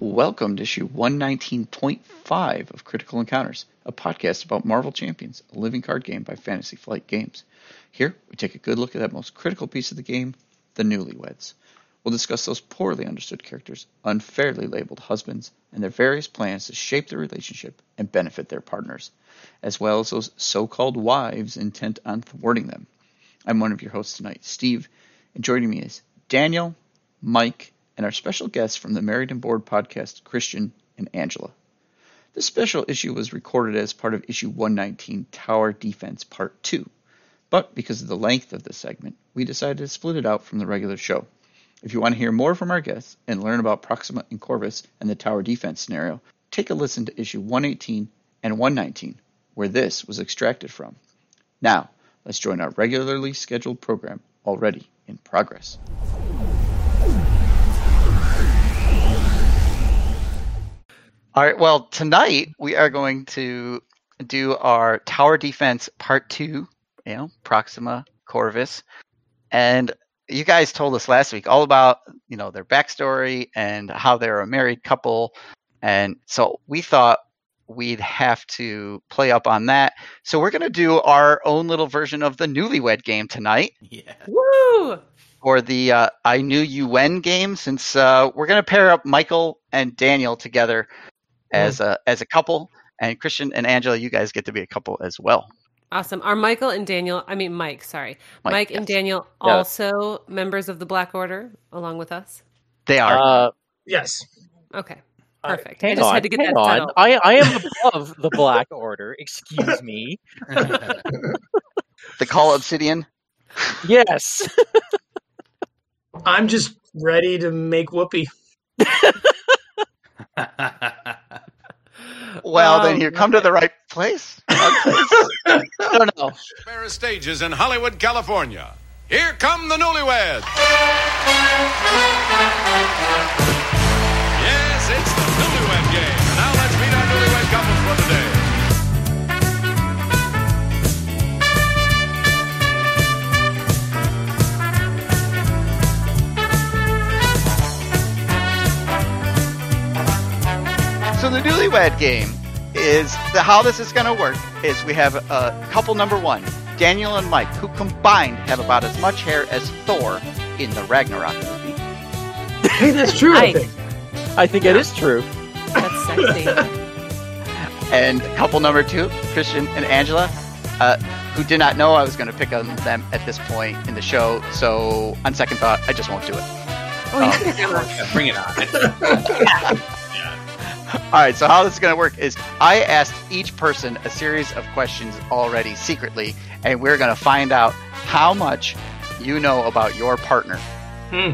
welcome to issue 119.5 of Critical Encounters, a podcast about Marvel Champions, a living card game by Fantasy Flight Games. Here, we take a good look at that most critical piece of the game, the newlyweds. We'll discuss those poorly understood characters, unfairly labeled husbands, and their various plans to shape their relationship and benefit their partners, as well as those so called wives intent on thwarting them. I'm one of your hosts tonight, Steve, and joining me is Daniel, Mike, and our special guests from the Married and Bored podcast, Christian and Angela. This special issue was recorded as part of issue 119 Tower Defense Part 2, but because of the length of this segment, we decided to split it out from the regular show. If you want to hear more from our guests and learn about Proxima and Corvus and the tower defense scenario, take a listen to issue 118 and 119, where this was extracted from. Now, let's join our regularly scheduled program already in progress. All right, well, tonight we are going to do our tower defense part two, you know, Proxima, Corvus. And you guys told us last week all about you know their backstory and how they're a married couple and so we thought we'd have to play up on that so we're going to do our own little version of the newlywed game tonight Yeah. Woo! or the uh, i knew you when game since uh, we're going to pair up michael and daniel together as a as a couple and christian and angela you guys get to be a couple as well Awesome. Are Michael and Daniel, I mean, Mike, sorry. Mike, and yes. Daniel Yeah. also members of the Black Order along with us? they are Uh, Yes. Okay. Uh, Perfect. I hang just on, had to get hang that on. settled. I, I am above the Black Order. Excuse me. the call obsidian Yes. I'm just ready to make whoopee. well then Um, you come to the right place i don't know Paris stages in Hollywood, California. Here come the newlyweds. Yes, it's the newlywed game. And Now let's meet our newlywed couples for today. So the newlywed game is the how this is going to work is we have uh, couple number one, Daniel and Mike, who combined have about as much hair as Thor in the Ragnarok movie. Hey, that's true. I Nice. think. I think it is true. That's sexy. And couple number two, Christian and Angela, uh, who did not know I was going to pick on them at this point in the show. So on second thought, I just won't do it. Oh, you can have Yeah, bring it on. All right, so how this is going to work is I asked each person a series of questions already secretly, and we're going to find out how much you know about your partner. Hmm.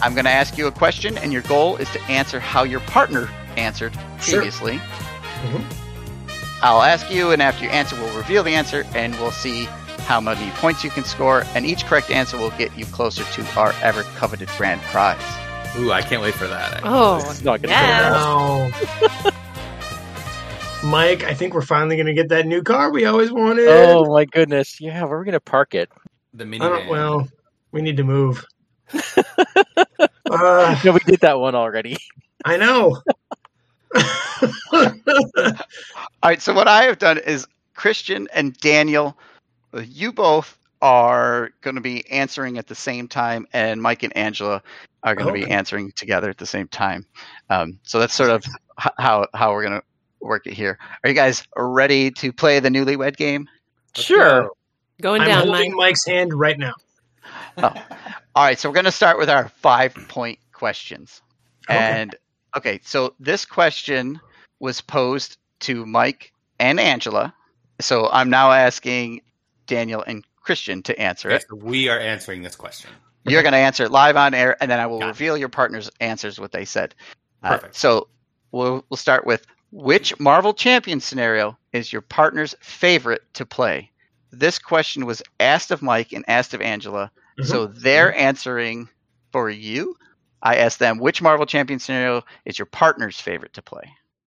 I'm going to ask you a question, and your goal is to answer how your partner answered Sure. Mm-hmm. previously. I'll ask you, and after you answer, we'll reveal the answer, and we'll see how many points you can score. And each correct answer will get you closer to our ever coveted grand prize. Ooh, I can't wait for that. Uh-huh. Oh, It's not going to Yeah. Wow. Mike, I think we're finally going to get that new car we always wanted. Oh my goodness. Yeah, where are we going to park it? The I minivan. don't, Uh, well, we need to move. uh, No, we did that one already. I know. All right. So what I have done is Christian and Daniel, uh, you both are going to be answering at the same time, and Mike and Angela are going to be Okay. answering together at the same time. Um, so that's sort of h- how how we're going to work it here. Are you guys ready to play the newlywed game? Sure. going I'm down, Mike. holding Mike's hand right now. Oh. All right, so we're going to start with our five point questions. Okay. And okay, so this question was posed to Mike and Angela. So I'm now asking Daniel and Christian to answer Okay, it. so we are answering this question. You're going to answer it live on air, and then I will Got it. reveal your partner's answers, what they said. Uh, Perfect. so we'll, we'll start with which Marvel Champion scenario is your partner's favorite to play? This question was asked of Mike and asked of Angela. So they're answering for you. I asked them which Marvel Champion scenario is your partner's favorite to play?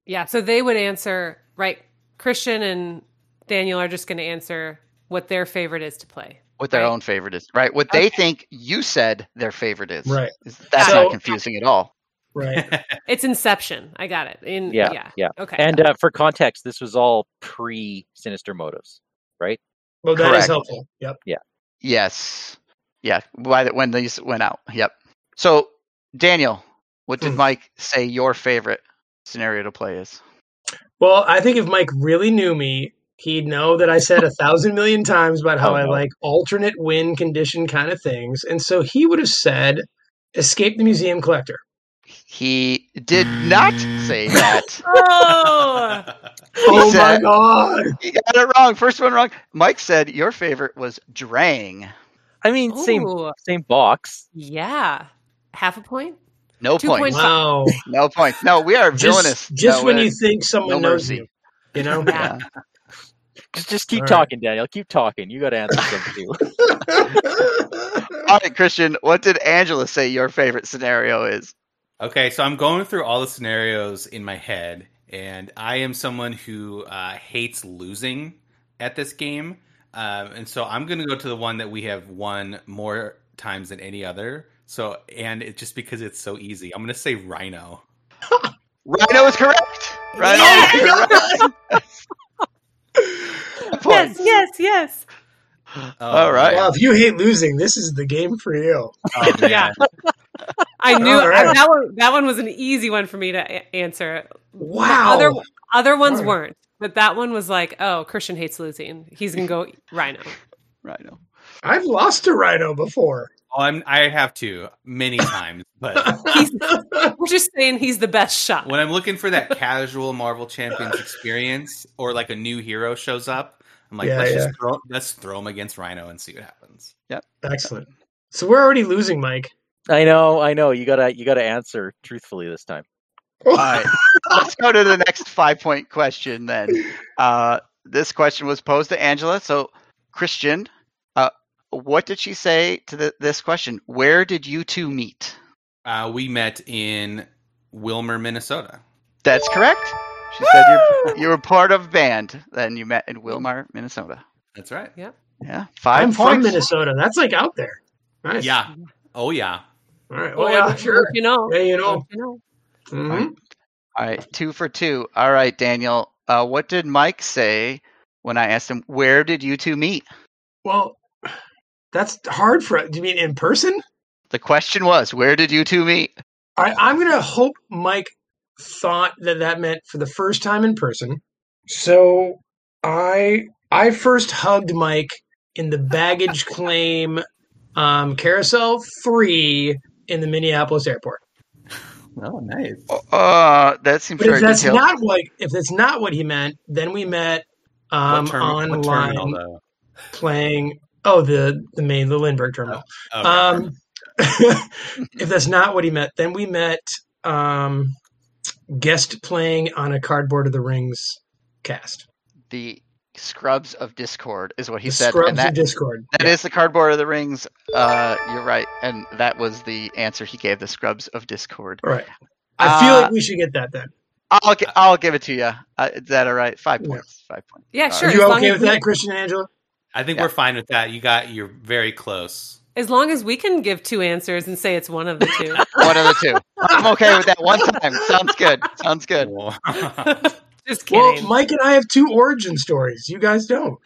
Yeah, so they would answer, right? Christian and Daniel are just going to answer what their favorite is to play. What their Right. own favorite is, right? What they think you said their favorite is. Right. Is- That's So- not confusing at all. right? It's Inception. I got it. In Yeah, yeah, yeah. Okay. And uh, for context, this was all pre Sinister Motives. Well, that is Correct. helpful. Yep. Yes. Yeah. Why that when these went out. Yep. So Daniel, what did Hmm. Mike say your favorite scenario to play is? Well, I think if Mike really knew me, he'd know that I said a thousand million times about how Oh, I no. like alternate win condition kind of things. And so he would have said, escape the museum collector. He did not say that. oh, Oh said- my God. he got it wrong. First one wrong. Mike said your favorite was Drang. I mean, same Ooh, same box. yeah. Half a point. No Two points. points. Wow. No points. No, we are villainous. just just No, when uh, you think someone no knows mercy. you, you know? Yeah. Just, just keep All right. talking, Daniel. Keep talking. You got to answer them too. All right, Christian. What did Angela say your favorite scenario is? Okay, so I'm going through all the scenarios in my head, and I am someone who uh, hates losing at this game. Um, and so I'm going to go to the one that we have won more times than any other. So, and it's just because it's so easy. I'm going to say Rhino. Rhino is correct. Rhino is correct. Yes, Points. yes, yes. Oh, All right. Wow, if you hate losing, this is the game for you. Oh, man. Yeah. I knew All right. that one. That one was an easy one for me to a- answer. Wow. Other other ones Wow. weren't, but that one was like, oh, Christian hates losing. He's gonna go Rhino. Rhino. I've lost to Rhino before. Oh, I'm, I have to many times, but He's, we're just saying he's the best shot. when I'm looking for that casual Marvel Champions experience, or like a new hero shows up, I'm like, Yeah, let's yeah. just throw, let's throw him against Rhino and see what happens. Excellent. So we're already losing, Mike. I know, I know. You gotta, you gotta answer truthfully this time. All right. Let's go to the next five point question then. Uh, this question was posed to Angela. So, Christian, uh, what did she say to the, this question? Where did you two meet? Uh, we met in Wilmer, Minnesota. That's correct. She said you're, you were part of a band. Then you met in Wilmar, Minnesota. That's right. Yeah. 5 I'm from points. Minnesota. That's like out there. Nice. Yeah. Oh yeah. All right. Well, Well, Oh, yeah, don't sure. You know. Yeah, you Don't know. you know. Mhm. All right. Two for two. All right, Daniel. Uh, what did Mike say when I asked him, where did you two meet? Well, that's hard for. Do you mean in person? The question was, where did you two meet? I, I'm going to hope Mike thought that that meant for the first time in person. So I I first hugged Mike in the baggage claim um, carousel three in the Minneapolis airport. Oh, nice. Uh, that seems But if very that's detailed. not what if that's not what he meant, then we met um, online though? playing. Oh, the the main the Lindbergh terminal. Okay. Um, if that's not what he meant, then we met um, guest playing on a cardboard of the rings cast. the Scrubs of Discord is what he the said, Scrubs and that, of Discord. that is the cardboard of the rings. Uh, you're right, and that was the answer he gave. The Scrubs of Discord. All right. I feel Uh, like we should get that then. I'll gi- I'll give it to you. Uh, is that all right? Five Yeah. points. Five points. Yeah, All sure. Are right. as you long okay as with we- that, Christian and Angela? I think yeah. we're fine with that. You got. You're very close. As long as we can give two answers and say it's one of the two. One of the two. I'm okay with that. One time sounds good. Sounds good. Just kidding. Well, Mike and I have two origin stories. You guys don't.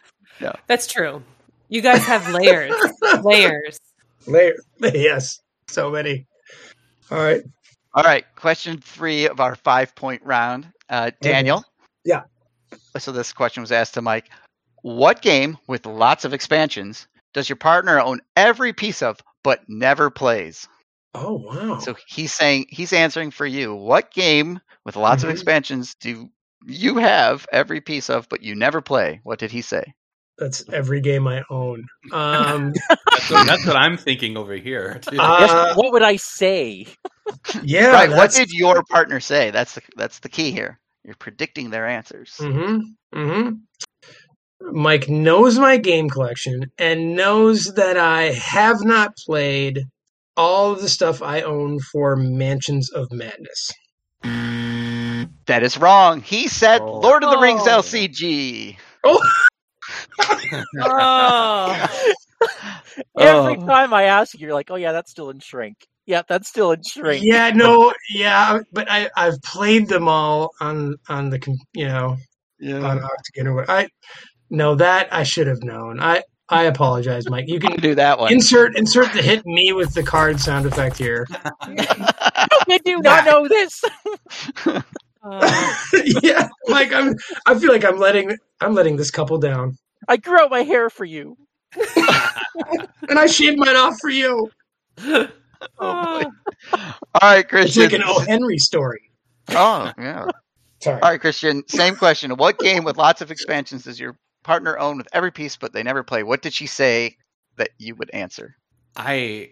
That's true. You guys have layers. layers. Later. Yes. So many. All right. All right. Question three of our five point round. Uh, Daniel. Yeah. So this question was asked to Mike. What game with lots of expansions does your partner own every piece of but never plays? Oh, wow. So he's saying he's answering for you. What game with lots Mhm. of expansions do you have every piece of, but you never play? What did he say? That's every game I own. Um, That's what, that's what I'm thinking over here. too. Yes, uh, what would I say? yeah. right. What that's- did your partner say? That's the that's the key here. You're predicting their answers. hmm hmm mm-hmm. Mike knows my game collection and knows that I have not played all of the stuff I own for Mansions of Madness. That is wrong. He said Oh. Lord of the Rings Oh. LCG. Oh, Oh. Every Oh. time I ask you, you're like, "Oh yeah, "Oh, that's still in shrink." Yeah, that's still in shrink. Yeah, no, yeah, but I I've played them all on on the com- you know Yeah. on Octagon or what. I no that I should have known. I I apologize, Mike. You You can can do that one. insert insert the hit me with the card sound effect here. How did you not know this? Oh, Uh, yeah, Mike, I'm I feel like I'm letting I'm letting this couple down, I grew out my hair for you. Uh, and I shaved mine off for you. Oh, boy. All right, It's Christian. like an O Henry story. oh, yeah. Sorry. All right, Christian. Same question. What game with lots of expansions does your partner own with every piece, but they never play? What did she say that you would answer? I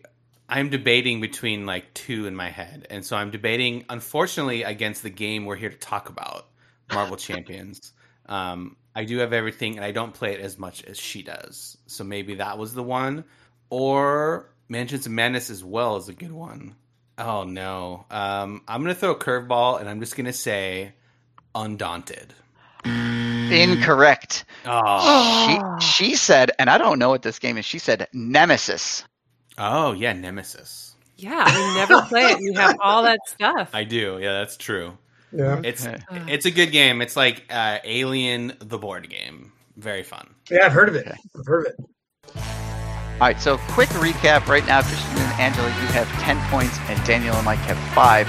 I'm debating between like two in my head, and so I'm debating, unfortunately, against the game we're here to talk about, Marvel Champions. Um, I do have everything, and I don't play it as much as she does, so maybe that was the one, or Mansions of Madness as well is a good one. Oh no, um, I'm gonna throw a curveball, and I'm just gonna say Undaunted. Mm-hmm. Incorrect. Oh, She she said, and I don't know what this game is. She said Nemesis. oh yeah, Nemesis. yeah, we never play it. and You have all that stuff. I do. Yeah, that's true. Yeah. It's Okay. Uh, It's a good game. It's like uh, Alien, the board game. Very fun. yeah, I've heard of it. I've heard of it. All right, so quick recap right now. Christian and Angela, you have 10 points, and Daniel and Mike have five.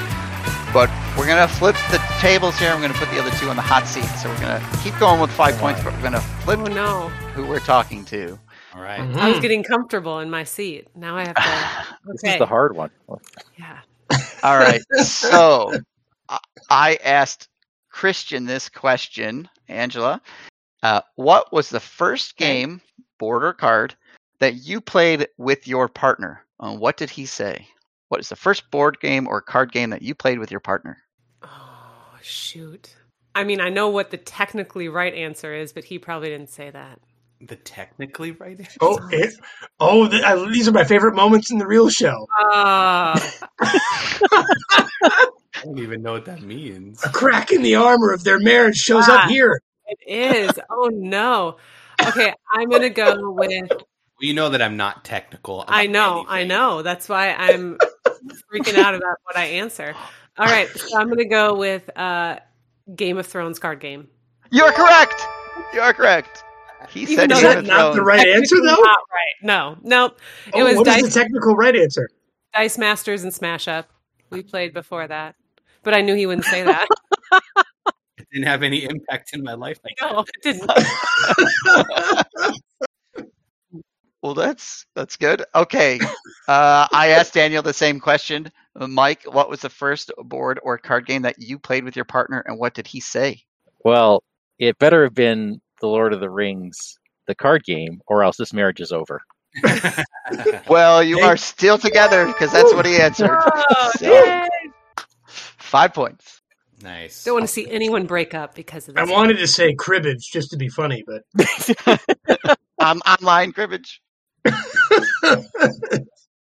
But we're going to flip the tables here. I'm going to put the other two on the hot seat. So we're going to keep going with five points, but we're going to flip oh no, who we're talking to. All right. Mm-hmm. I was getting comfortable in my seat. Now I have to. Okay. Hmm. This is the hard one. yeah. All right. So I- I asked Christian this question, Angela. Uh, what was the first game, board or card, that you played with your partner? And what did he say? What is the first board game or card game that you played with your partner? Oh shoot. I mean, I know what the technically right answer is, but he probably didn't say that. The technically right answer. Oh, it, oh, th- I, these are my favorite moments in the real show. Uh, Ah. I don't even know what that means. A crack in the armor of their marriage shows Ah. up here. it is. Oh no. Okay, I'm gonna go with. Well, you know that I'm not technical. about I know, I anything. know. That's why I'm freaking out about what I answer. All right, so I'm gonna go with uh, Game of Thrones card game. You're correct. You are correct. He Even said though Is Game that of that's not the Thrones. right answer, Technically though? Not right. No, nope. It Oh, was what is dice, the technical right answer? dice Masters and Smash Up. We played before that, but I knew he wouldn't say that. It didn't have any impact in my life. Like, no, it didn't. Well, that's that's good. Okay. Uh, I asked Daniel the same question. Uh, Mike, what was the first board or card game that you played with your partner, and what did he say? Well, it better have been The Lord of the Rings, the card game, or else this marriage is over. Well, you Thank- are still together because that's what he answered. Oh, So- yay. Five points. nice. Don't want to see anyone break up because of I this. wanted to say cribbage just to be funny, but Um, online cribbage.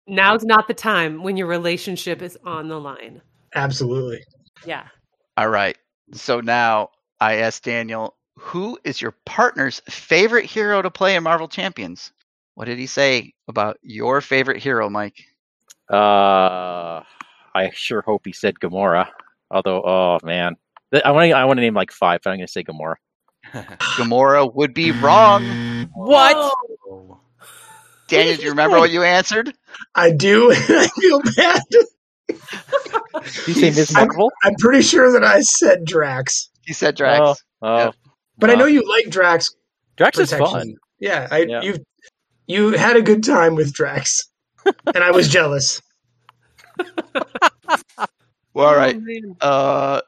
Now's not the time when your relationship is on the line. absolutely. Yeah. All right. So now I asked Daniel, who is your partner's favorite hero to play in Marvel Champions? What did he say about your favorite hero, Mike? Uh, I sure hope he said Gamora. Although, oh man, Th- I want to I want to name like five, but I'm going to say Gamora. Gamora would be wrong. What? Oh. Daniel, do you remember what you answered? I do, and I feel bad. Did you say Ms. I'm- Marvel? I'm pretty sure that I said Drax, He said Drax. Oh, Yep. but I well, know you like Drax Drax is protection. fun. Yeah, I Yeah. you you had a good time with Drax, and I was jealous. Well, all right. Oh, man. Uh,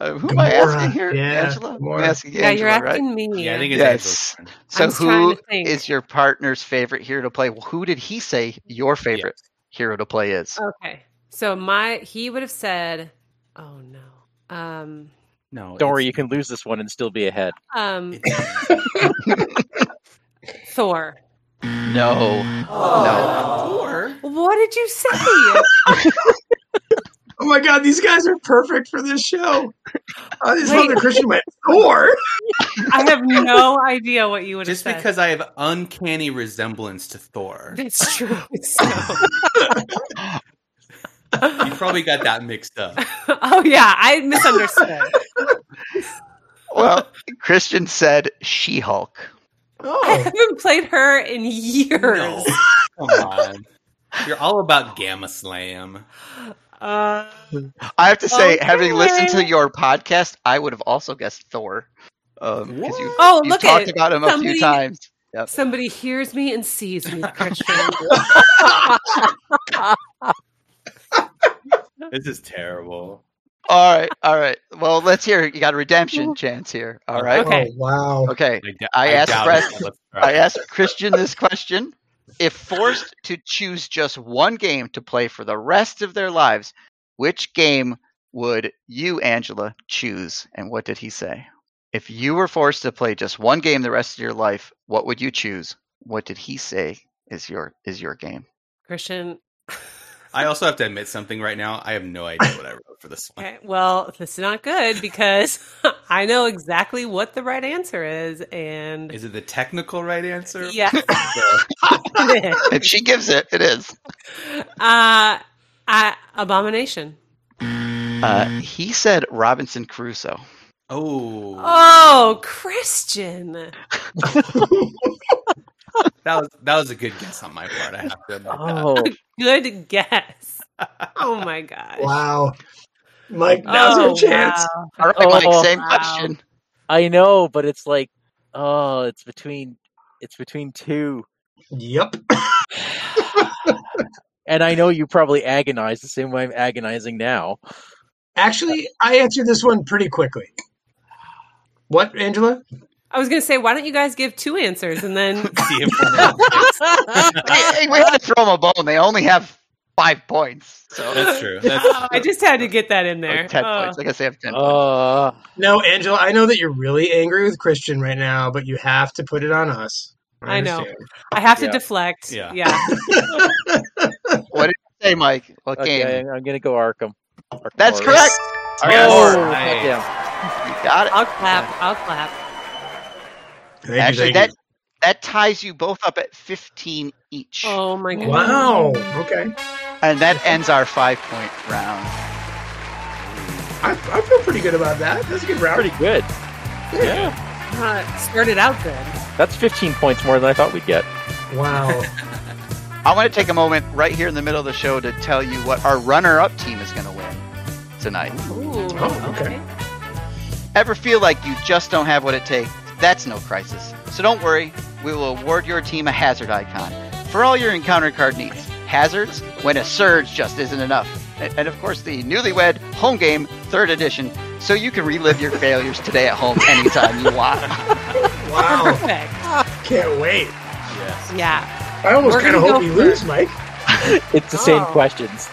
uh, who am I asking Gamora. here? Yeah, Angela? I'm Gamora. asking Yeah, you're Angela, right? asking me. Yeah, I think it's Yes. yes. So I'm trying who to think. is your partner's favorite hero to play? Who did he say your favorite hero to play is? Okay. So my he would have said, "Oh no." Um No. Don't worry, you it's- can lose this one and still be ahead. um it's- Thor. No, no. Or What did you say? Oh my god, these guys are perfect for this show. Uh, this Wait. mother Christian went or I have no idea what you would just have said. because I have uncanny resemblance to Thor. That's true. So, You probably got that mixed up. oh yeah, I misunderstood. Well, Christian said She Hulk. I Oh, haven't played her in years. No. Come on. You're all about Gamma Slam. Uh, I have to say, having Okay. listened to your podcast, I would have also guessed Thor. Um, 'cause you, oh, you look at talked it. about him a few Somebody- times. Yep. Somebody hears me and sees me, Christian. This is terrible. All right, all right. Well, let's hear. it. You got a redemption chance here. All right. Okay. oh, wow. Okay. I, d- I asked doubt Brett- it. Let's try. I asked Christian this question. If forced to choose just one game to play for the rest of their lives, which game would you, Angela, choose? And what did he say? If you were forced to play just one game the rest of your life, what would you choose? What did he say is your is your game? Christian. I also have to admit something right now. I have no idea what I wrote for this one. Okay, well, this is not good because I know exactly what the right answer is, and Is it the technical right answer? yeah, The- it is. If she gives it, it is. Uh, I, abomination. Uh, he said Robinson Crusoe. Oh, Oh, Christian. that was that was a good guess on my part. I have to admit that. Oh, Good guess. Oh my gosh. Wow. Mike, now's Oh, your chance. wow. All right, Oh, Mike, same wow. question. I know, but it's like, oh, it's between, it's between two, Yep. and I know you probably agonize the same way I'm agonizing now. Actually, I answered this one pretty quickly. What, Angela? I was going to say, why don't you guys give two answers and then. See if we're- Hey, hey, we had to throw him a bone. They only have five points. So That's true. That's Oh, I just had to get that in there. Or 10 Oh. points. I guess they have 10 points. Uh, No, Angela, I know that you're really angry with Christian right now, but you have to put it on us. I know. understand. I have to Yeah. deflect. Yeah. yeah. Say, Mike, what okay, game? I'm gonna go Arkham. Arkham That's Origins. correct. Yes. Oh, Four. Nice. goddamn. You got it. I'll clap. I'll clap. Thank you, Actually, that thank that ties you both up at 15 each. Oh my god. you. Wow. Okay. And that ends our five point round. I, I feel pretty good about that. That's a good round. pretty good. Yeah, Uh, started out good. that's 15 points more than I thought we'd get. Wow. I want to take a moment right here in the middle of the show to tell you what our runner up team is going to win tonight. Ooh. Oh, okay. Ever feel like you just don't have what it takes? That's no crisis. So don't worry, we will award your team a hazard icon for all your encounter card needs. Hazards when a surge just isn't enough. And, and of course, the newlywed home game, third edition, so you can relive your failures today at home anytime you want. Wow. Perfect. Can't wait. Yes. Yeah. I almost We're kind of gonna hope go we first. lose, Mike. It's the same Oh. questions.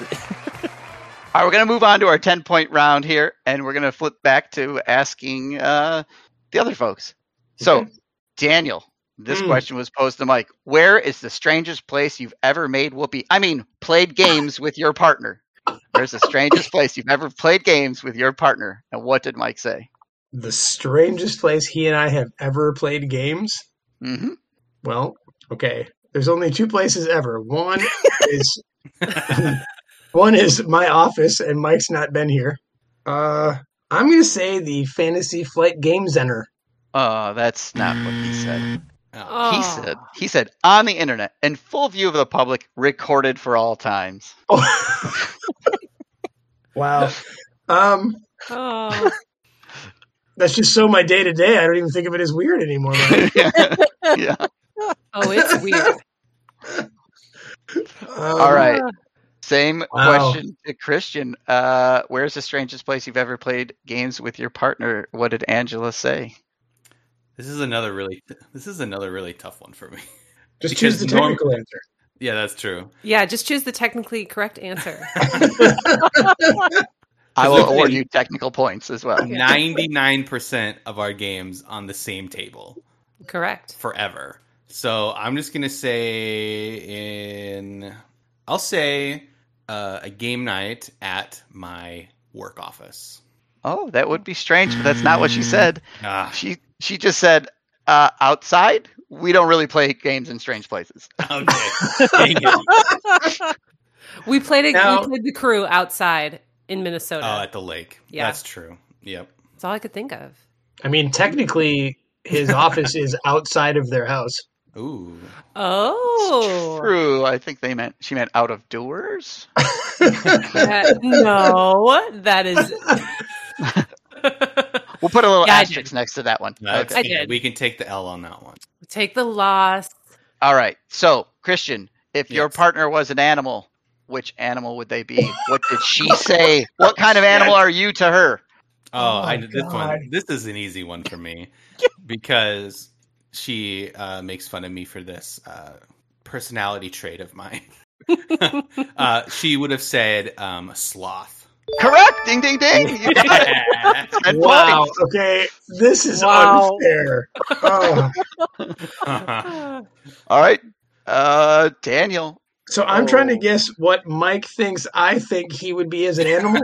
All right, we're going to move on to our 10 point round here, and we're going to flip back to asking uh, the other folks. So, Okay. Daniel, this Mm. question was posed to Mike Where is the strangest place you've ever made whoopee? I mean, played games with your partner. Where's the strangest place you've ever played games with your partner? And what did Mike say? The strangest place he and I have ever played games. hmm Well, okay. There's only two places ever. One is one is my office, and Mike's not been here. Uh, I'm gonna say the Fantasy Flight Game Center. Oh, that's not what he said. Oh. Oh. He said, he said, on the internet, in full view of the public, recorded for all times. Oh. wow. Um, Oh. that's just so my day to day. I don't even think of it as weird anymore. Mike. yeah. Oh, it's weird. Um, All right. Same Wow. question to Christian. Uh, where's the strangest place you've ever played games with your partner? What did Angela say? This is another really. This is another really tough one for me. Just Because choose the norm- technical answer. Yeah, that's true. Yeah, just choose the technically correct answer. I Because will we've award been- you technical points as well. Yeah. Ninety-nine percent of our games on the same table correct. forever. So I'm just gonna say in. I'll say uh, a game night at my work office. Oh, that would be strange, but that's not what she said. Ah, She she just said uh, outside. We don't really play games in strange places. okay. Dang it. We played it. Now- we played the crew outside in Minnesota. Oh, at the lake. Yeah. That's true. Yep. That's all I could think of. I mean, technically, his office is outside of their house. Ooh. Oh, True. I think they meant she meant out of doors. That- no, that is. We'll put a little Yeah, I asterisk next to that one. That's Okay. I yeah, did. we can take the L on that one. Take the loss. All right. So, Christian, if your Yes. partner was an animal, which animal would they be? What did she say? What kind of animal are you to her? Oh, Oh I my did this God. one. This is an easy one for me because she uh, makes fun of me for this uh, personality trait of mine. uh, she would have said um, sloth. Correct. Ding, ding, ding. You got it. Ten wow. points. Okay, this is Wow. unfair. Oh. All right. Uh, Daniel. So I'm trying to Oh. guess what Mike thinks I think he would be as an animal.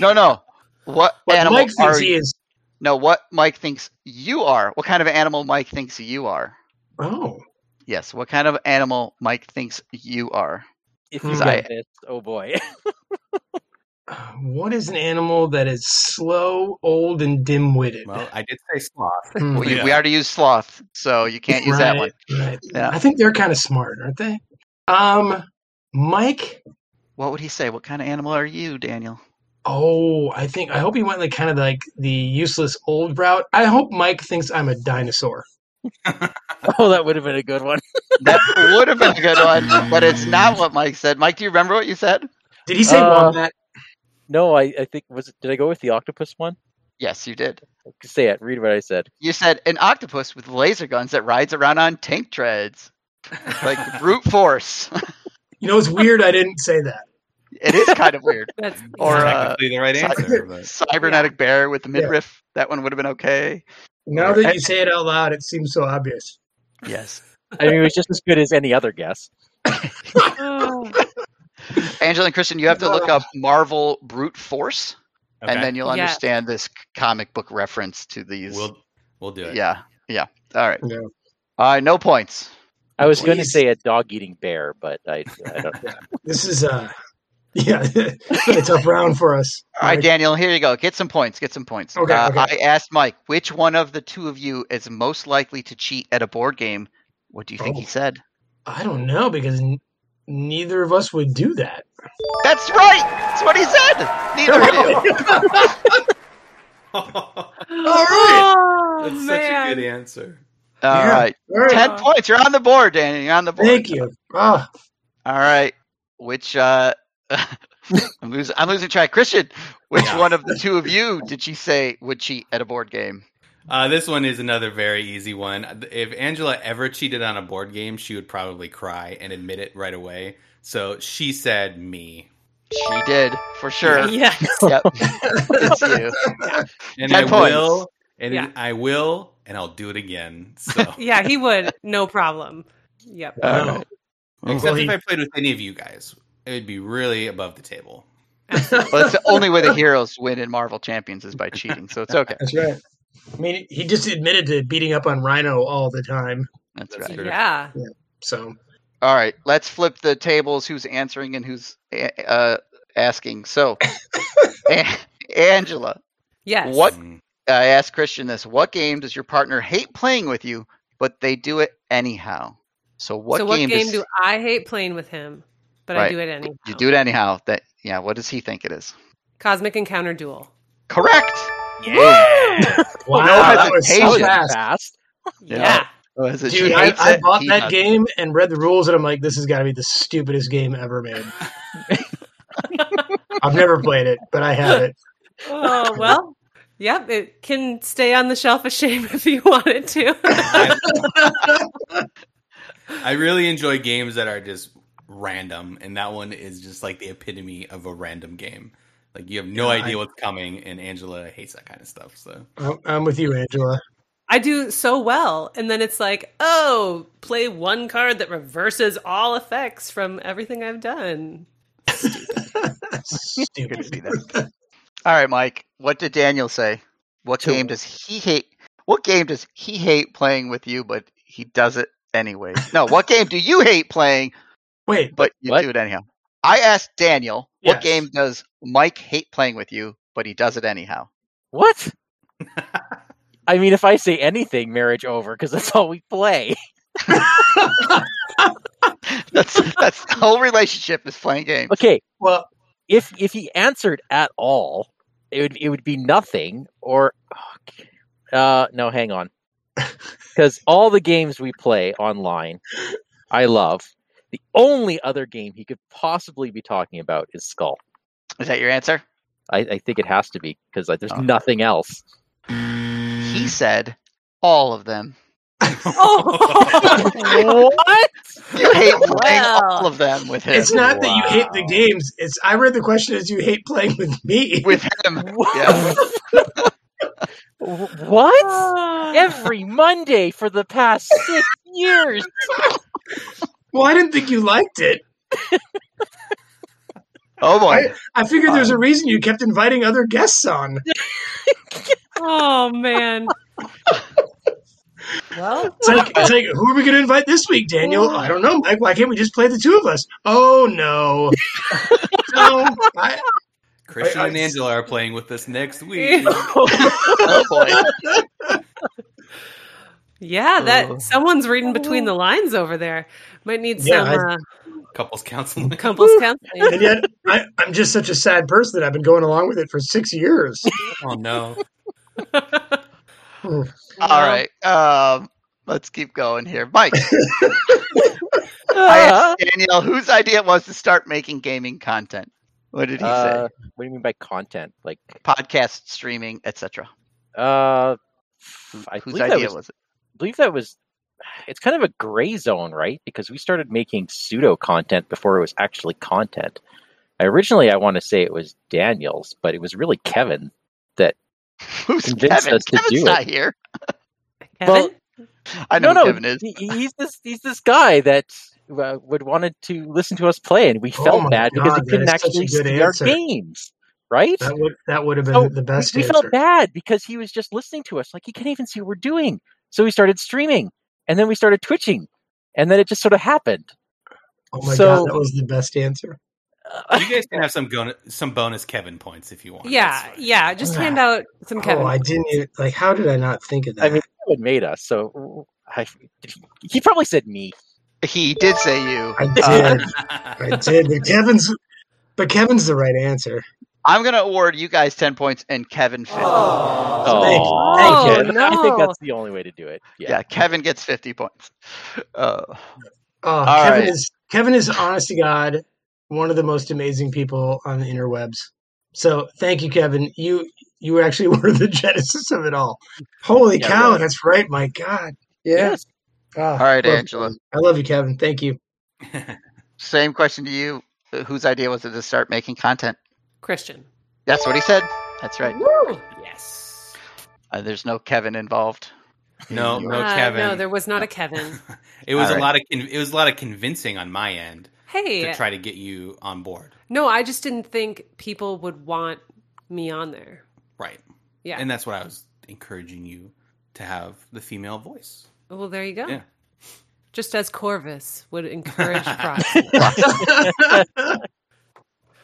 No, no. What What animal Mike thinks are he you? is. No, what Mike thinks you are. What kind of animal Mike thinks you are? Oh, Yes. What kind of animal Mike thinks you are? If Hmm. you get this, oh boy. what is an animal that is slow, old, and dim-witted? well, I did say sloth. Hmm. Well, you, we Yeah. already used sloth, so you can't use that Right, one. right. Yeah. I think they're kind of smart, aren't they? Um, Mike. What would he say? What kind of animal are you, Daniel? Oh, I think I hope he went like kind of like the useless old route. I hope Mike thinks I'm a dinosaur. Oh, that would have been a good one. That would have been a good one, but it's not what Mike said. Mike, do you remember what you said? Did he say Uh, wombat? No, I, I think was it, did I go with the octopus one? Yes, you did. Say it. Read what I said. You said an octopus with laser guns that rides around on tank treads, like brute force. You know, it's weird. I didn't say that. It is kind of weird. That's Or, uh, technically the right so- answer. But Cybernetic bear with the Yeah. midriff. That one would have been okay. Now that you say it out loud, it seems so obvious. Yes. I mean, it was just as good as any other guess. Oh. Angela and Kristen, you have to look up Marvel brute force, and then you'll Yeah. understand this c- comic book reference to these. we'll we'll do it. yeah. Yeah. All right. No. All right. No points. I was going to Please. say a dog eating bear, but I, I don't. This is uh yeah, it's been a tough round for us. All right, Mike. Daniel, here you go. Get some points. Get some points. Okay, Uh, okay. I asked Mike, which one of the two of you is most likely to cheat at a board game? What do you think Oh. he said? I don't know because n- neither of us would do that. That's right. That's what he said. Neither of you. Oh, That's such a man. good answer. All Yeah. right. All right. 10 points. You're on the board, Daniel. You're on the board. Thank you. Ah, All right. Which, uh, I'm losing, I'm losing track. Christian, which Yeah. one of the two of you did she say would cheat at a board game? Uh, this one is another very easy one. If Angela ever cheated on a board game, she would probably cry and admit it right away. So she said me. She did, for sure. Yes. Yep. it's you. And Ten I points. will and Yeah. I will and I'll do it again. So Yeah, he would. No problem. Yep. All no. right. except Well, if he- I played with any of you guys, it would be really above the table. Well, it's the only way the heroes win in Marvel Champions is by cheating, so it's okay. That's right. I mean, he just admitted to beating up on Rhino all the time. That's That's right. true. Yeah. So All right, let's flip the tables. Who's answering and who's a- uh, asking? So, A- Angela, Yes. What? Mm. I asked Christian this: What game does your partner hate playing with you, but they do it anyhow? So, what, so what game, does, do I hate playing with him, but I Right. do it anyhow? you do it anyhow? That yeah, what does he think it is? Cosmic Encounter Duel. Correct. Yeah. wow, that was so hesitation. Oh, fast, Fast. Yeah. Yeah. Oh, is it she dude. I, hates I it, bought he that does. game and read the rules, and I'm like, this has got to be the stupidest game ever made. I've never played it, but I have it. Oh well. Yep. It can stay on the shelf of shame if you want it to. I, I really enjoy games that are just random, and that one is just like the epitome of a random game. Like you have no Yeah, I- idea what's coming, and Angela hates that kind of stuff. So I'm- I'm with you, Angela. I do so well, and then it's like, oh, play one card that reverses all effects from everything I've done. Good to Stupid. see that. All right, Mike. What did Daniel say? What To- game does he hate? What game does he hate playing with you, but he does it anyway? No, what game do you hate playing, Wait, but you What? do it anyhow? I asked Daniel, Yes. what game does Mike hate playing with you, but he does it anyhow? What? I mean, if I say anything, marriage over because that's all we play. That's that's the whole relationship is playing games. Okay, Well, if if he answered at all, it would it would be nothing or oh, uh no, hang on. Cuz all the games we play online I love. The only other game he could possibly be talking about is Skull. Is that your answer? I, I think it has to be because like, there's Oh. nothing else. Mm. He said all of them. Oh, what? You hate playing all Well. of them with him. it's not that you hate the games. It's I read the question as you hate playing with me. with him. Yeah. what? Every Monday for the past six years. Well, I didn't think you liked it. Oh boy. I figured there's a reason you kept inviting other guests on. oh man. Well, It's like, it's like who are we going to invite this week, Daniel? I don't know, Mike. Why can't we just play the two of us? Oh no, no. I, Christian I- I- and Angela are playing with us next week. Oh boy. yeah, that someone's reading between the lines over there. Might need Yeah, some I- uh, Couples counseling. couples counseling. and yet I, I'm just such a sad person that I've been going along with it for six years. Oh no. All right. Um, let's keep going here. Mike, I Uh, asked Daniel whose idea it was to start making gaming content. What did he uh, say? what do you mean by content? Like, Podcast streaming, etc. uh, I Whose believe idea that was, was, it? believe that was. It's kind of a gray zone, right? Because we started making pseudo content before it was actually content. Originally, I want to say it was Daniel's, but it was really Kevin. Who's Convince Kevin? us to Kevin's do not here. Kevin? I know no, who no, Kevin is. he- he's this he's this guy that uh, would wanted to listen to us play, and we Oh felt my bad because God, we that couldn't is such a actually see good our answer. games, right? That would that would have been So, the best. we, we answer. felt bad because he was just listening to us like he can't even see what we're doing so we started streaming and then we started twitching and then it just sort of happened Oh my So- god, that was the best answer. Uh, You guys can have some gon- some bonus Kevin points if you want. Yeah, That's fine. yeah. Just hand out some Kevin. Oh, I didn't even, like. How did I not think of that? i mean it made us so I, he probably said me He did say you. I did. Uh, I did. But Kevin's, but Kevin's the right answer. I'm going to award you guys 10 points and Kevin 50. Oh. Oh, Aw, thank you. Kevin. Oh, i think no. that's the only way to do it yeah. yeah, Kevin gets 50 points. Uh, Oh, All Kevin right. is Kevin is honest to God one of the most amazing people on the interwebs. So thank you, Kevin. You you actually were the genesis of it all. Holy Yeah, cow, really. that's right. My God. Yeah. yes Ah, All right, love you, Angela. Kevin. I love you, Kevin. Thank you. same question to you. Uh, Whose idea was it to start making content? Christian. That's what he said. That's right. Woo! yes. Uh, there's no Kevin involved. No, You no, Uh, Kevin. No, there was not a Kevin. it was All right. a lot of con- it was a lot of convincing on my end Hey, to try to get you on board. no, I just didn't think people would want me on there. Right. Yeah. And that's what I was encouraging you to have the female voice. well, there you go. Yeah. Just as Corvus would encourage pride.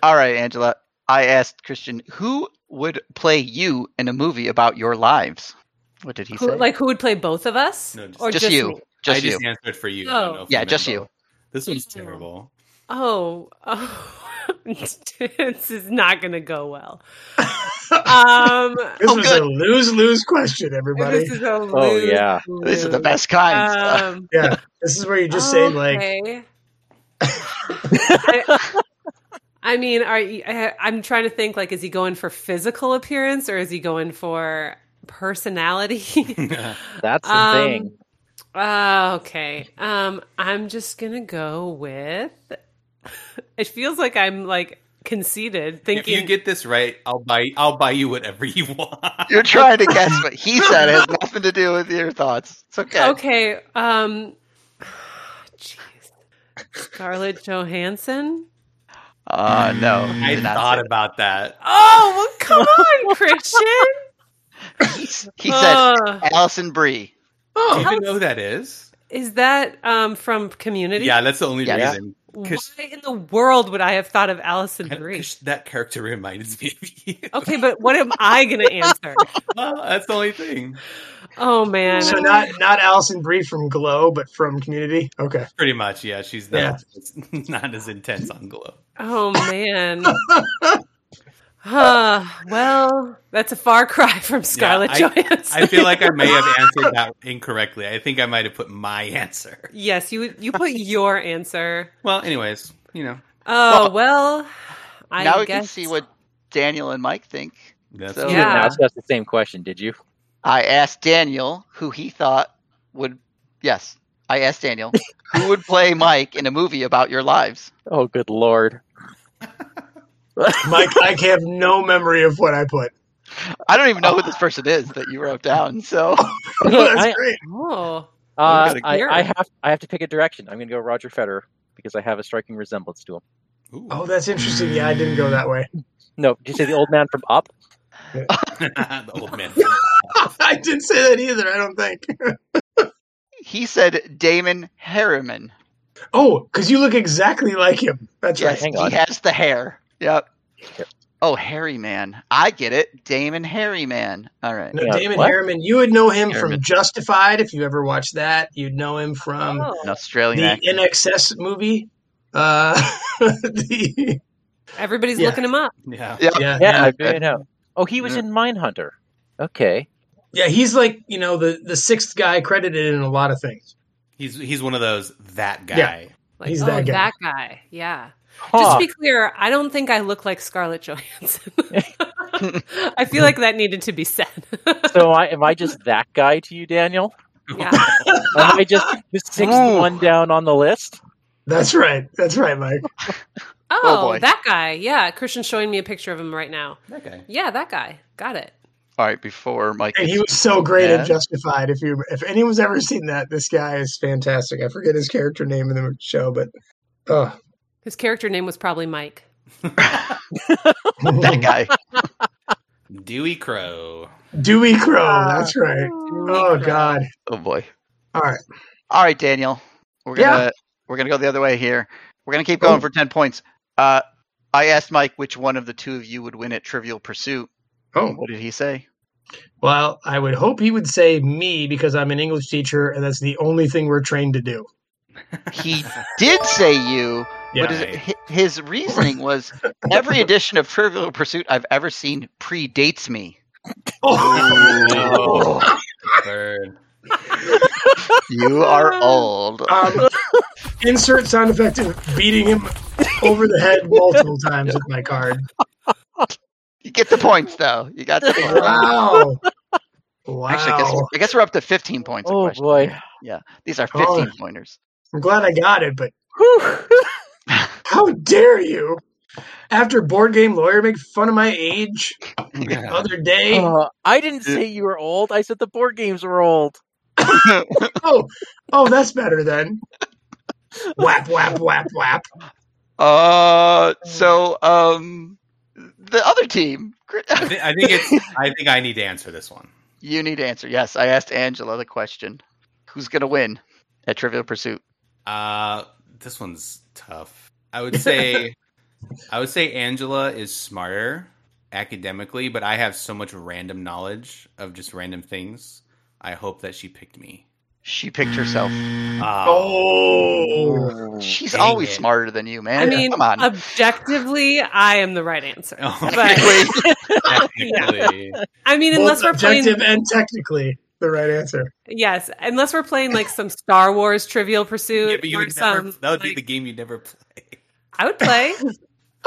All right, Angela. I asked Christian, who would play you in a movie about your lives? What did he Who- say? like who would play both of us, No, just- or just, just, you. me? Just I just you. answered for you. Oh. if Yeah, remember. just you. This one's Yeah. terrible. Oh, oh. this is not going to go well. Um, This Oh, was good. a lose lose question, everybody. this is a Oh, yeah. These are the best kinds. Uh, Um, yeah. This is where you just say like okay. I, I mean, are you- I, I'm trying to think like, is he going for physical appearance or is he going for personality? that's the Um, thing uh, okay. Um, I'm just gonna go with. It feels like I'm like conceited, If thinking you get this right, I'll buy I'll buy you whatever you want. you're trying to guess what he said. It has nothing to do with your thoughts. It's okay. Okay. Um. Jeez. Scarlett Johansson. Uh, no. he I did not thought say about that. Oh, well, come on, Christian. that. He, s- he said Ugh. Allison Brie. Do you Oh even know who that is? is that um from Community? Yeah, that's the only Yeah. reason. Why 'Cause- in the world would I have thought of Allison Kind of- Brie? 'cause that character reminded me of you. Okay, but what am I going to answer? well, that's the only thing. Oh man. So not not Allison Brie from Glow, but from Community. Okay. Pretty much, yeah. She's not it's not as intense on Glow. Oh man. Huh, well, that's a far cry from Scarlett I- Johansson. I feel like I may have answered that incorrectly. I think I might have put my answer. yes, you you put your answer. Well, anyways, you know. Oh well, I now we guess can see what Daniel and Mike think. That's So- Yeah. Now, so that's the same question. Did you? I asked Daniel who he thought would. Yes, I asked Daniel who would play Mike in a movie about your lives. Oh, good lord. Mike, I have no memory of what I put. I don't even know Ah. who this person is that you wrote down. So That's I- great. Oh, Uh, gotta I, hear I it. have I have to pick a direction. I'm going to go Roger Federer because I have a striking resemblance to him. Ooh. Oh, that's interesting. Yeah, I didn't go that way. No, did you say the old man from Up? the old man. I didn't say that either. I don't think. he said Damon Harriman. Oh, because you look exactly like him. That's Yes, right. hang he on. has the hair. Yep. Yep. Oh, Harry Man. I get it. Damon Harry Man. All right. No, Yeah, Damon what? Harriman. You would know him Harriman. from Justified if you ever watched that. You'd know him from oh. An Australian the actor. NXS movie. Uh, the, everybody's yeah. looking him up. yeah. Yep. yeah, Yeah, yeah, I figured it out. Oh, he was Yeah. in Mindhunter. Okay. yeah. He's like you know the the sixth guy credited in a lot of things. He's he's one of those that guy. Yeah. Like, He's oh, that that guy. guy. Yeah. Just Huh. to be clear, I don't think I look like Scarlett Johansson. I feel like that needed to be said. so I, am I just that guy to you, Daniel? yeah. Am I just the sixth Ooh. one down on the list? That's right. That's right, Mike. Oh, boy. that guy. Yeah, Christian's showing me a picture of him right now. That guy. Yeah, that guy. Got it. All right, before Mike. And he gets- was so great Yeah. at Justified. If you if anyone's ever seen that, this guy is fantastic. I forget his character name in the show, but oh, His character name was probably Mike. that guy. Dewey Crow. Dewey Crow. That's right. Oh Crow. God. Oh boy. All right. All right, Daniel. We're Yeah. gonna we're gonna go the other way here. We're gonna keep going Oh. for ten points. Uh, I asked Mike which one of the two of you would win at Trivial Pursuit. Oh. What did he say? Well, I would hope he would say me because I'm an English teacher and that's the only thing we're trained to do. He did say you. Yeah. but his, hi- his reasoning was every edition of Trivial Pursuit I've ever seen predates me. Oh, burn. You are old. Um, insert sound effect of beating him over the head multiple times with my card. You get the points though. You got the points. Wow. Wow. Actually, I guess, I guess we're up to 15 points. a Oh question. boy. These are Oh. 15 pointers. I'm glad I got it, but Whew. how dare you? After board game lawyer make fun of my age the other day. Oh. Uh, I didn't say you were old. I said the board games were old. Oh, oh, that's better then. Whap whap whap whap. Uh, so um, the other team. Cri- I, thi- I think it's. I think I need to answer this one. you need to answer. Yes, I asked Angela the question. Who's gonna win at Trivial Pursuit? Uh, this one's tough. I would say, I would say Angela is smarter academically, but I have so much random knowledge of just random things. I hope that she picked me. Um, She picked herself. Mm. Oh, She's dang always it. smarter than you, man. I mean, come on. objectively, I am the right answer. Oh, But Wait. technically. I mean, unless both we're playing, objective and technically the right answer. yes, unless we're playing like some Star Wars Trivial Pursuit Yeah, but you or would never, some. that would be like- the game you'd never play. I would play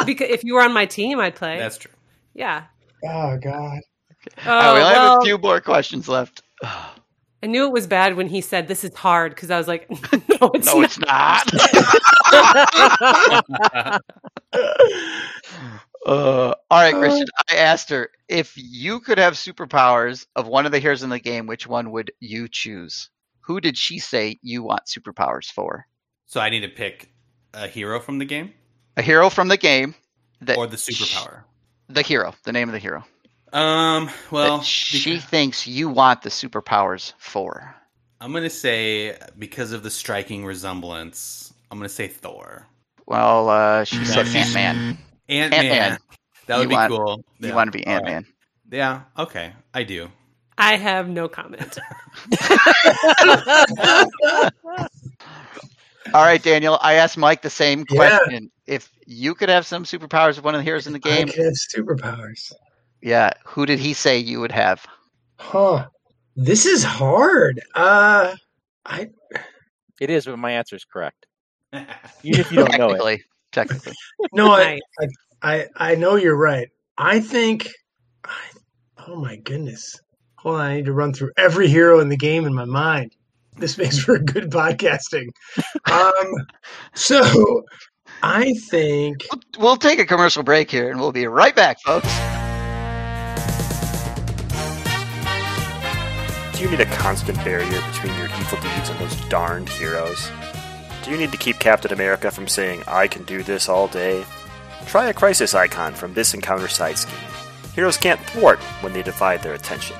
because if you were on my team, I'd play. That's true. yeah. Oh God. Oh, All right, we only have well, a few more questions left. I knew it was bad when he said this is hard because I was like, no, it's No, not. it's not. uh, all right, Christian. I asked her if you could have superpowers of one of the heroes in the game, which one would you choose? Who did she say you want superpowers for? So I need to pick a hero from the game A hero from the game. That or the superpower. The hero. The name of the hero. Um. Well, that she beca- thinks you want the superpowers for. I'm gonna say because of the striking resemblance, I'm gonna say Thor. Well, uh, she said she's- Ant Man. Ant Ant-Man. Man. That would You be want- cool. You Yeah. want to be All right. Ant Man? Yeah. Okay. I do. I have no comment. All right, Daniel. I asked Mike the same Yeah. question. If you could have some superpowers of one of the heroes in the I game, could have superpowers. yeah, who did he say you would have? Huh. This is hard. Uh, I It is, but my answer is correct. Even if you don't know it. technically, technically, no, I, Nice. I I know you're right. I think. I, oh my goodness! Hold on, I need to run through every hero in the game in my mind. This makes for good podcasting. Um, so I think we'll take a commercial break here, and we'll be right back, folks. Do you need a constant barrier between your evil deeds and those darned heroes? Do you need to keep Captain America from saying, I can do this all day? Try a crisis icon from this encounter side scheme. Heroes can't thwart when they divide their attention.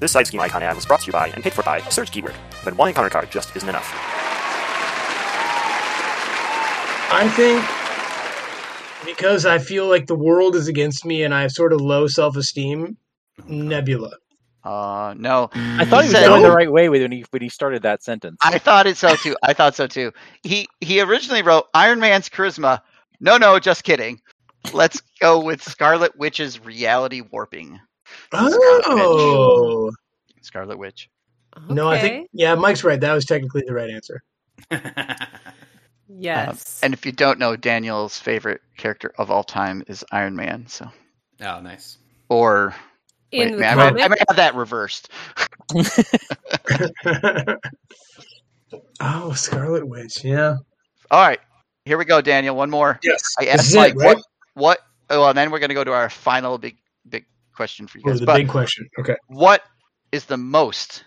This side scheme icon ad was brought to you by and paid for by a search keyword, when one encounter card just isn't enough. I think because I feel like the world is against me and I have sort of low self esteem, Nebula. Uh, no, I thought he was said- going the right way when he when he started that sentence. I thought it so too. I thought so too. He he originally wrote Iron Man's charisma. No, no, just kidding. Let's go with Scarlet Witch's reality warping. Oh. Scarlet Witch. No, I Okay. think, yeah, Mike's right. That was technically the right answer. yes. uh, And if you don't know, Daniel's favorite character of all time is Iron Man. So oh, nice. or in wait, the I, might, I comic, might have that reversed. oh, Scarlet Witch. Yeah. All right, here we go, Daniel. One more. Yes. I This asked is Mike it, right? what what. Oh, and then we're gonna go to our final big big question for you Or guys. the But big question. Okay. what is the most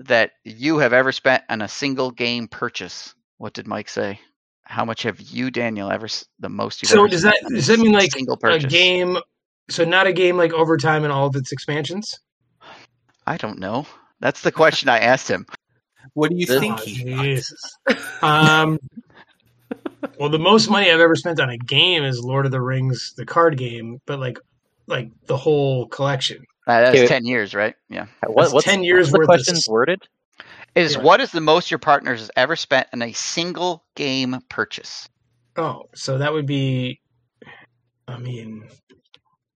that you have ever spent on a single game purchase? What did Mike say? How much have you, Daniel, ever s- the most you've So ever does spent that- on does a that mean, like, single A purchase? game. So not a game like Overtime and all of its expansions. I don't know. That's the question I asked him. What do you This- think Oh, he thought? Jesus. Um, well, the most money I've ever spent on a game is Lord of the Rings, the card game, but like, like the whole collection. Uh, that was Okay. ten years, right? Yeah. What, That's what's, 10 years what's the worth of questions s- worded? Is Yeah. what is the most your partners has ever spent on a single game purchase? Oh, so that would be. I mean,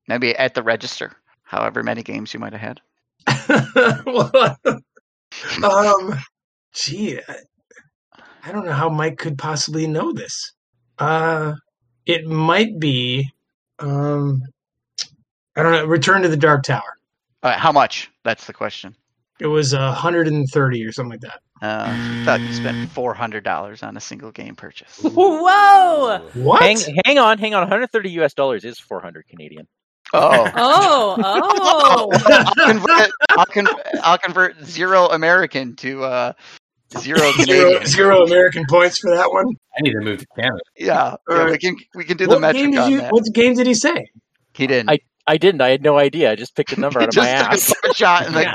Maybe at the register, however many games you might have had. well, um, gee, I, I don't know how Mike could possibly know this. Uh, it might be. Um, I don't know. Return to the Dark Tower. All right, Uh, how much? That's the question. It was a hundred and thirty or something like that. Uh, I thought you spent four hundred dollars on a single game purchase. Whoa! What? Hang hang on, hang on. 130 US dollars is 400 Canadian. Oh, Oh, oh. I'll convert, I'll, convert, I'll convert zero American to uh, zero zero, Canadian. zero American points for that one. I need to move to Canada. Yeah, yeah we Alright. can we can do the what metric game did on you? that. What game did he say? He didn't. I didn't. I had no idea. I just picked a number He out of my just took ass. a short shot and like,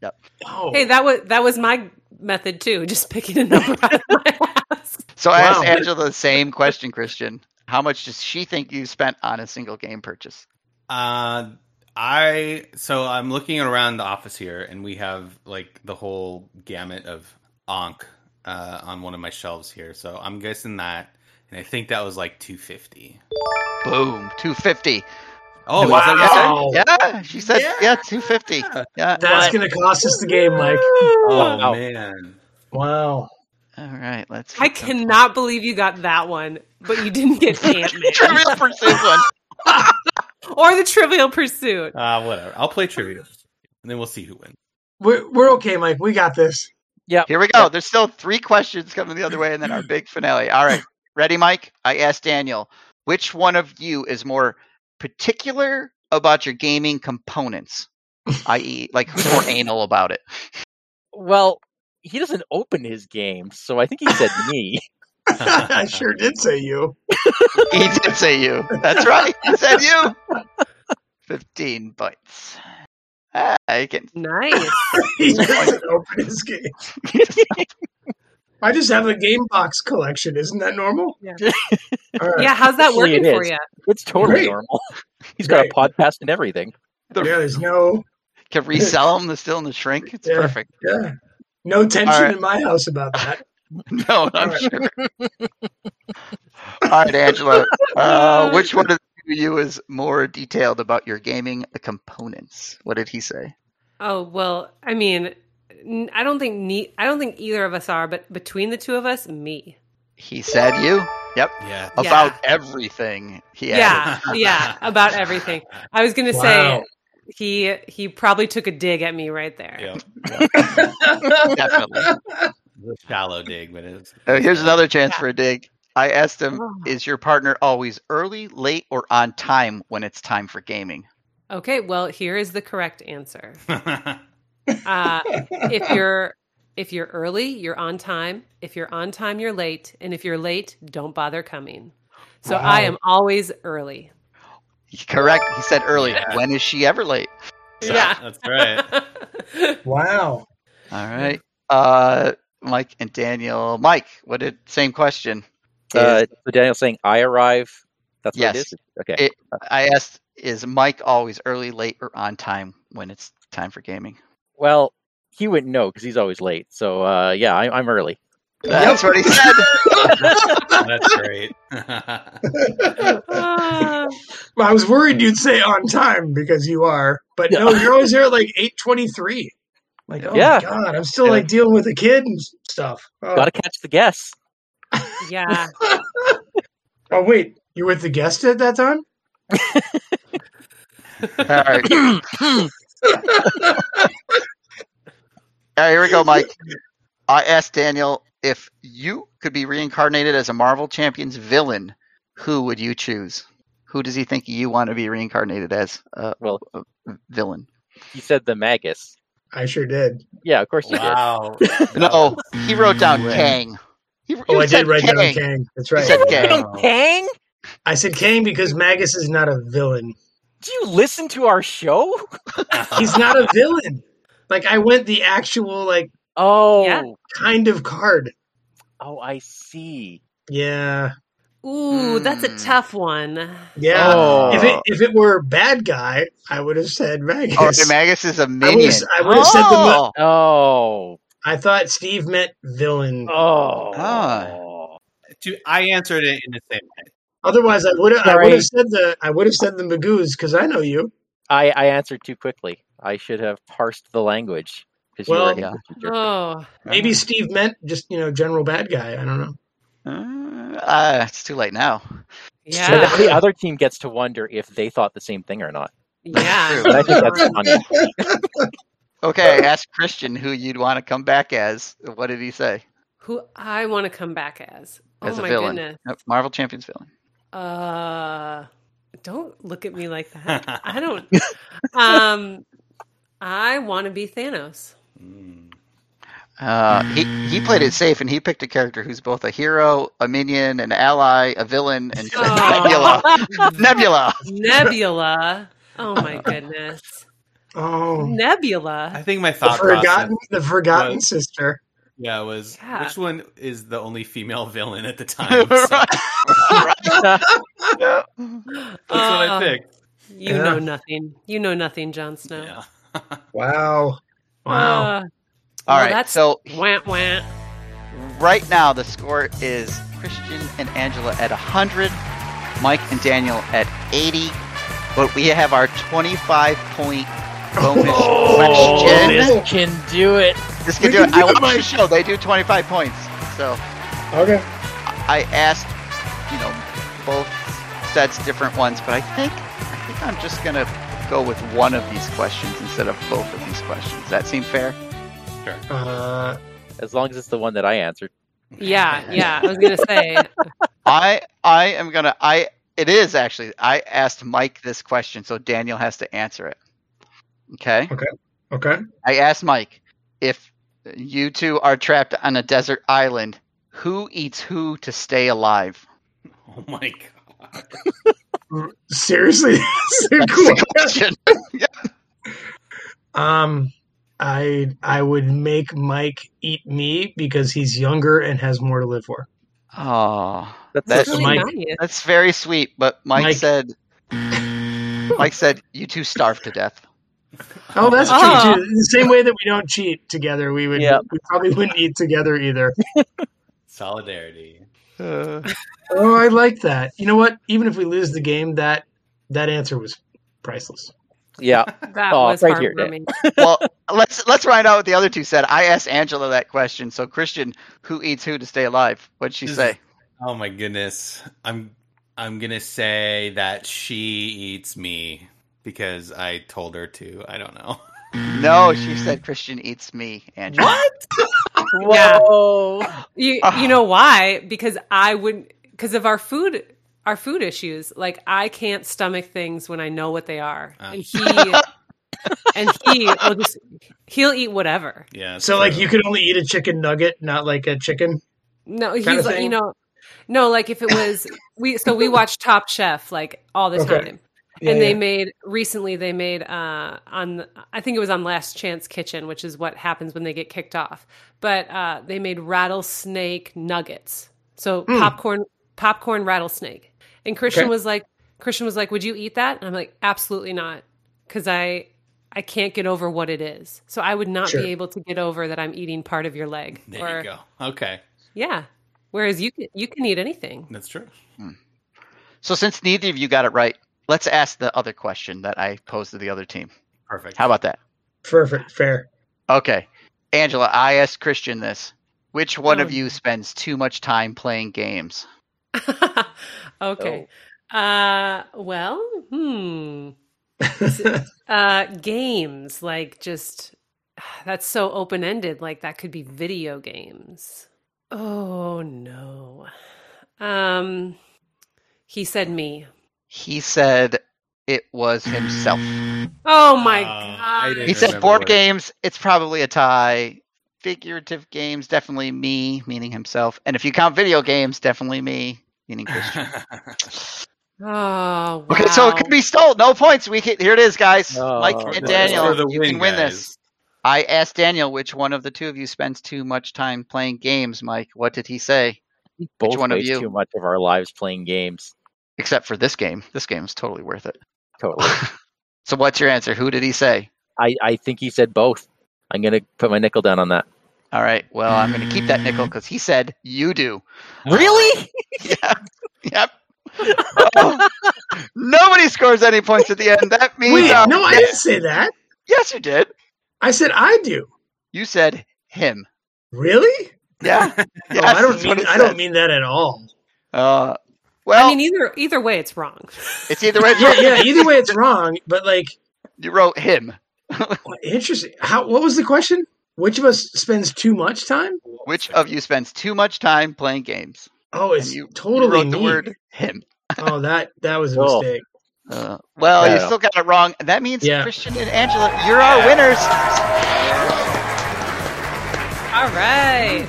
Yeah. Oh, Hey, that was that was my method too. Just picking a number out of my ass. So I asked Wow. Angela the same question, Christian. How much does she think you spent on a single game purchase? Uh, I so I'm looking around the office here, and we have like the whole gamut of Ankh uh, on one of my shelves here. So I'm guessing that, and I think that was like 250. Boom, two fifty. Oh, wow! is that what you said? Yeah, she said yeah, Yeah. two fifty. Yeah. That's gonna cost us the game, Mike. Oh Wow. man, Wow. All right, let's. I get some- cannot believe you got that one, but you didn't get Ant Man Trivial Pursuit one. or the Trivial Pursuit. uh, whatever. I'll play trivia, and then we'll see who wins. We're we're okay, Mike. We got this. Here we go. There's still three questions coming the other way, and then our big finale. All right, ready, Mike? I asked Daniel, which one of you is more particular about your gaming components, i.e., like who's more anal about it? Well, he doesn't open his games, so I think he said me. I sure did say you. He did say you. That's right. He said you. Fifteen bites. Ah, I can. Nice. he doesn't open his game. I just have a game box collection. Isn't that normal? Yeah. All right. Yeah, how's that Actually, working it for is. you? It's totally Great. normal. He's got a Great. podcast and everything. Yeah, there's no Can resell them. They're still in the shrink. It's Yeah. perfect. yeah, no tension All right. in my house about that. No, I'm All right. sure. All right, Angela. Uh, which one of you is more detailed about your gaming components? What did he say? Oh well, I mean, n- I don't think ne- I don't think either of us are, but between the two of us, me. He said you. Yep. Yeah. Yeah. About everything. He added. Yeah, yeah, about everything. I was gonna Wow. say he he probably took a dig at me right there. Yeah. Definitely. Shallow dig, but it's Oh, here's another chance Yeah. for a dig. I asked him, Oh. "Is your partner always early, late, or on time when it's time for gaming?" Okay, well here is the correct answer. Uh, if you're if you're early, you're on time. If you're on time, you're late, and if you're late, don't bother coming. So I Wow. am always early. Correct. He said early. Yeah. When is she ever late? yeah. That's right. Wow. All right. Uh, Mike and Daniel. Mike, what did same question? Uh, so Daniel's saying, I arrive. That's what Yes. it is. Okay. It- I asked, is Mike always early, late, or on time when it's time for gaming? well, he wouldn't know because he's always late. So uh, yeah, I, I'm early. That's what he said. That's great. Ah. Well, I was worried you'd say on time because you are, but no, you're always there at like eight twenty-three. Like, oh Yeah. my god, I'm still Yeah. like dealing with a kid and stuff. Oh, Got to catch the guess. yeah. oh wait, you were with the guest at that time? All right. All right, here we go, Mike. I asked Daniel if you could be reincarnated as a Marvel Champions villain, who would you choose? Who does he think you want to be reincarnated as a Well- villain? He said the Magus. I sure did. Yeah, of course you did. wow. No, he wrote down Yeah. Kang. He, Oh, he I did said write down Kang. Kang. That's He right. said Kang. Kang, I said Kang because Magus is not a villain. do you listen to our show? He's not a villain. Like I went the actual like Oh, kind of card. oh, I see. Yeah. Ooh, that's a Hmm. tough one. Yeah. Oh. If it if it were bad guy, I would have said Magus. Oh, and Magus is a I would minion. have, I would have said the. mo- Oh. Oh, I thought Steve meant villain. oh, Ah. To- I answered it in the same way. Otherwise, I would have. I would Sorry. have said the. I would have said the Magoos because I know you. I, I answered too quickly. I should have parsed the language because Well- you were an English teacher. Oh, Maybe Uh-huh. Steve meant just you know general bad guy. I don't know. Uh, uh, it's too late now. So then yeah. the other team gets to wonder if they thought the same thing or not. Yeah. And I think that's funny. Okay, ask Christian who you'd want to come back as. What did he say? Who I want to come back as. Oh As a my villain. goodness. Nope, Marvel Champions villain. Uh don't look at me like that. I don't um I want to be Thanos. Mm. Uh, he he played it safe and he picked a character who's both a hero, a minion, an ally, a villain, and said Nebula. Nebula. Oh, Nebula. Oh my goodness. Oh, I Nebula. think my the thought process, forgotten, the forgotten What? sister. yeah, was Yeah. which one is the only female villain at the time? So Right. Yeah. That's what I Uh, picked. You Yeah. know nothing. You know nothing, Jon Snow. Yeah. Wow. Uh, Wow. All well, right. That's So wah, wah. right now the score is Christian and Angela at 100, Mike and Daniel at 80, but we have our 25 point bonus question. this can do it. This can We do can it. I do it, watched the Mike. show. They do 25 points. So Okay. I asked, you know, both sets different ones, but I think I think I'm just gonna go with one of these questions instead of both of these questions. Does that seem fair? Uh, As long as it's the one that I answered. Yeah, yeah. I was gonna say. I I am gonna I it is actually I asked Mike this question, so Daniel has to answer it. Okay. okay. I asked Mike if you two are trapped on a desert island, who eats who to stay alive? Oh my god. Seriously, that's a cool. question. Um, I I would make Mike eat me because he's younger and has more to live for. Oh, That's, That's really Mike. nice. that's very sweet. But Mike, Mike. said, Mike said, you two starve to death. Oh, that's Oh. true too. The same way that we don't cheat together, we would Yeah. we probably wouldn't eat together either. Solidarity. Uh, Oh, I like that. You know what? Even if we lose the game, that that answer was priceless. yeah. That Oh, was right here, Nick. heartwarming. well, let's let's find out what the other two said. I asked Angela that question. So Christian, who eats who to stay alive? What'd she This say? is- Oh my goodness. I'm I'm gonna say that she eats me because I told her to. I don't know. No, she said Christian eats me. Angela. What? Whoa. You Ah. you know why? Because I would because of our food our food issues. Like I can't stomach things when I know what they are, Ah. and he and he will just he'll eat whatever. Yeah. So, like, you could could only eat a chicken nugget, not like a chicken. No, Kinda he's like you thing? know, no, like if it was we so we watch Top Chef like all the Okay. time. Yeah, and they yeah. made recently they made uh on i think it was on last chance kitchen which is what happens when they get kicked off but uh they made rattlesnake nuggets so Hmm. popcorn popcorn rattlesnake and christian Okay. was like christian was like would you eat that and i'm like absolutely not because i i can't get over what it is so i would not Sure. be able to get over that i'm eating part of your leg There or you go. Okay. yeah whereas you can you can eat anything That's true. So since neither of you got it right, let's ask the other question that I posed to the other team. Perfect. How about that? Perfect, fair. Okay. Angela, I asked Christian this. Which one Oh, of you spends too much time playing games? Oh. okay. Uh, well, hmm. Uh, games like just that's so open ended. Like that could be video games. Oh no. Um, he said me. He said it was himself. Oh my Uh, god. I didn't He said remember board what- games, it's probably a tie. Figurative games, definitely me, meaning himself. And if you count video games, definitely me, meaning Christian. Oh wow. Okay, so it could be stole. No points. We can, here it is, guys. Oh, Mike that's and for Daniel, the you win, can win guys. this. I asked Daniel which one of the two of you spends too much time playing games. Mike, what did he say? Both one of waste you? too much of our lives playing games. Except for this game. This game is totally worth it. Totally. So what's your answer? Who did he say? I, I think he said both. I'm gonna put my nickel down on that. All right. Well, I'm going to keep that nickel because he said you do. Really? Yeah. yep. Oh. Nobody scores any points at the end. That means Wait, uh, no, I didn't say that. yes, you did. I said I do. You said him. Really? Yeah. No, Yes, I don't that's what mean it I don't says. mean that at all. Uh, well, I mean, either either way, it's wrong. it's either way. Yeah, yeah. Either way, it's wrong. But like, You wrote him. what- interesting. How? What was the question? Which of us spends too much time? Which of you spends too much time playing games? Oh, And it's you- totally you wrote the me. word him. Oh, that that was a Oh. mistake. Uh, well, you Yeah. still got it wrong. That means Yeah. Christian and Angela, you're our winners. All right.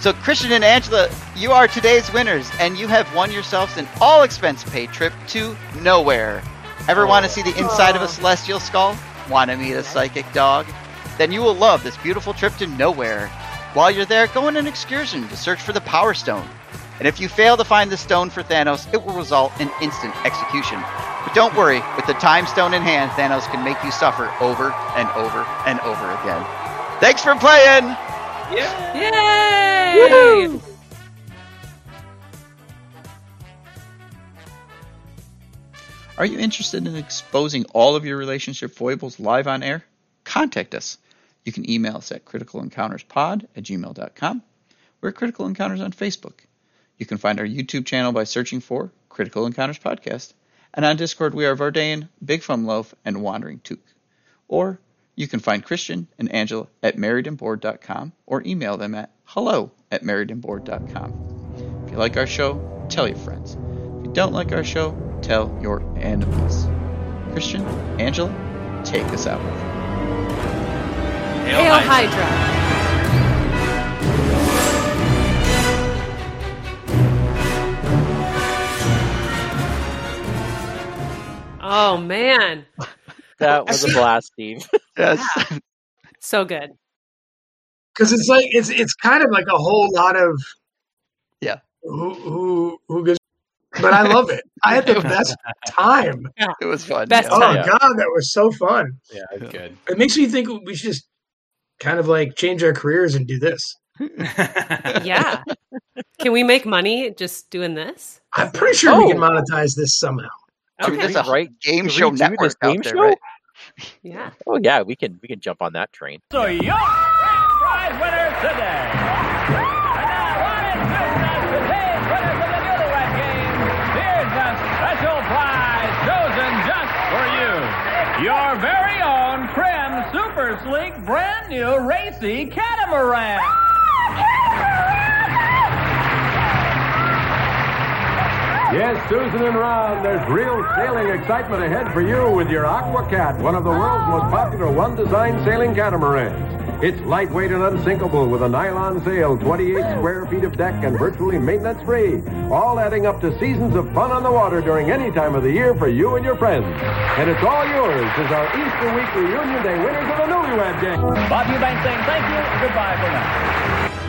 So Christian and Angela, you are today's winners, and you have won yourselves an all-expense-paid trip to nowhere. Ever want to see the inside of Oh. a celestial skull? Want to meet a psychic dog? Then you will love this beautiful trip to nowhere. While you're there, go on an excursion to search for the Power Stone. And if you fail to find the stone for Thanos, it will result in instant execution. But don't worry, with the Time Stone in hand, Thanos can make you suffer over and over and over again. Thanks for playing! Yay! Are you interested in exposing all of your relationship foibles live on air? Contact us. You can email us at criticalencounterspod at gmail.com. We're Critical Encounters on Facebook. You can find our YouTube channel by searching for Critical Encounters Podcast. And on Discord, we are Vardayan, Big Fum Loaf, and Wandering Took. Or you can find Christian and Angela at marriedandboard.com or email them at hello at marriedandboard.com. If you like our show, tell your friends. If you don't like our show, tell your enemies. Christian, Angela, take us out. Hail Hail Hydra. Hydra. Oh man. Oh, That was a blast, Steve. Yes. So good. because it's like it's it's kind of like a whole lot of Yeah. who who who gives but i love it i had the best time It was fun. Best oh time. Yeah. god that was so fun Yeah, it's good. it makes me think we should just kind of like change our careers and do this Yeah. Can we make money just doing this? i'm pretty sure Oh. we can monetize this somehow Dude, Okay. that's a right? Game Can show we do this network game out there, show? right? Yeah. Oh yeah, we can we can jump on that train. So your French prize winner today. And now, what is business to today's winners of the Newlywed Game? Here's a special prize chosen just for you. Your very own trim, super sleek, brand new racy catamaran. Yes, Susan and Ron, there's real sailing excitement ahead for you with your Aquacat, one of the world's most popular one design sailing catamarans. It's lightweight and unsinkable with a nylon sail, 28 square feet of deck, and virtually maintenance free. All adding up to seasons of fun on the water during any time of the year for you and your friends. And it's all yours as our Easter week reunion day winners of the Newlywed Game. Bob Eubank saying thank you. Goodbye for now.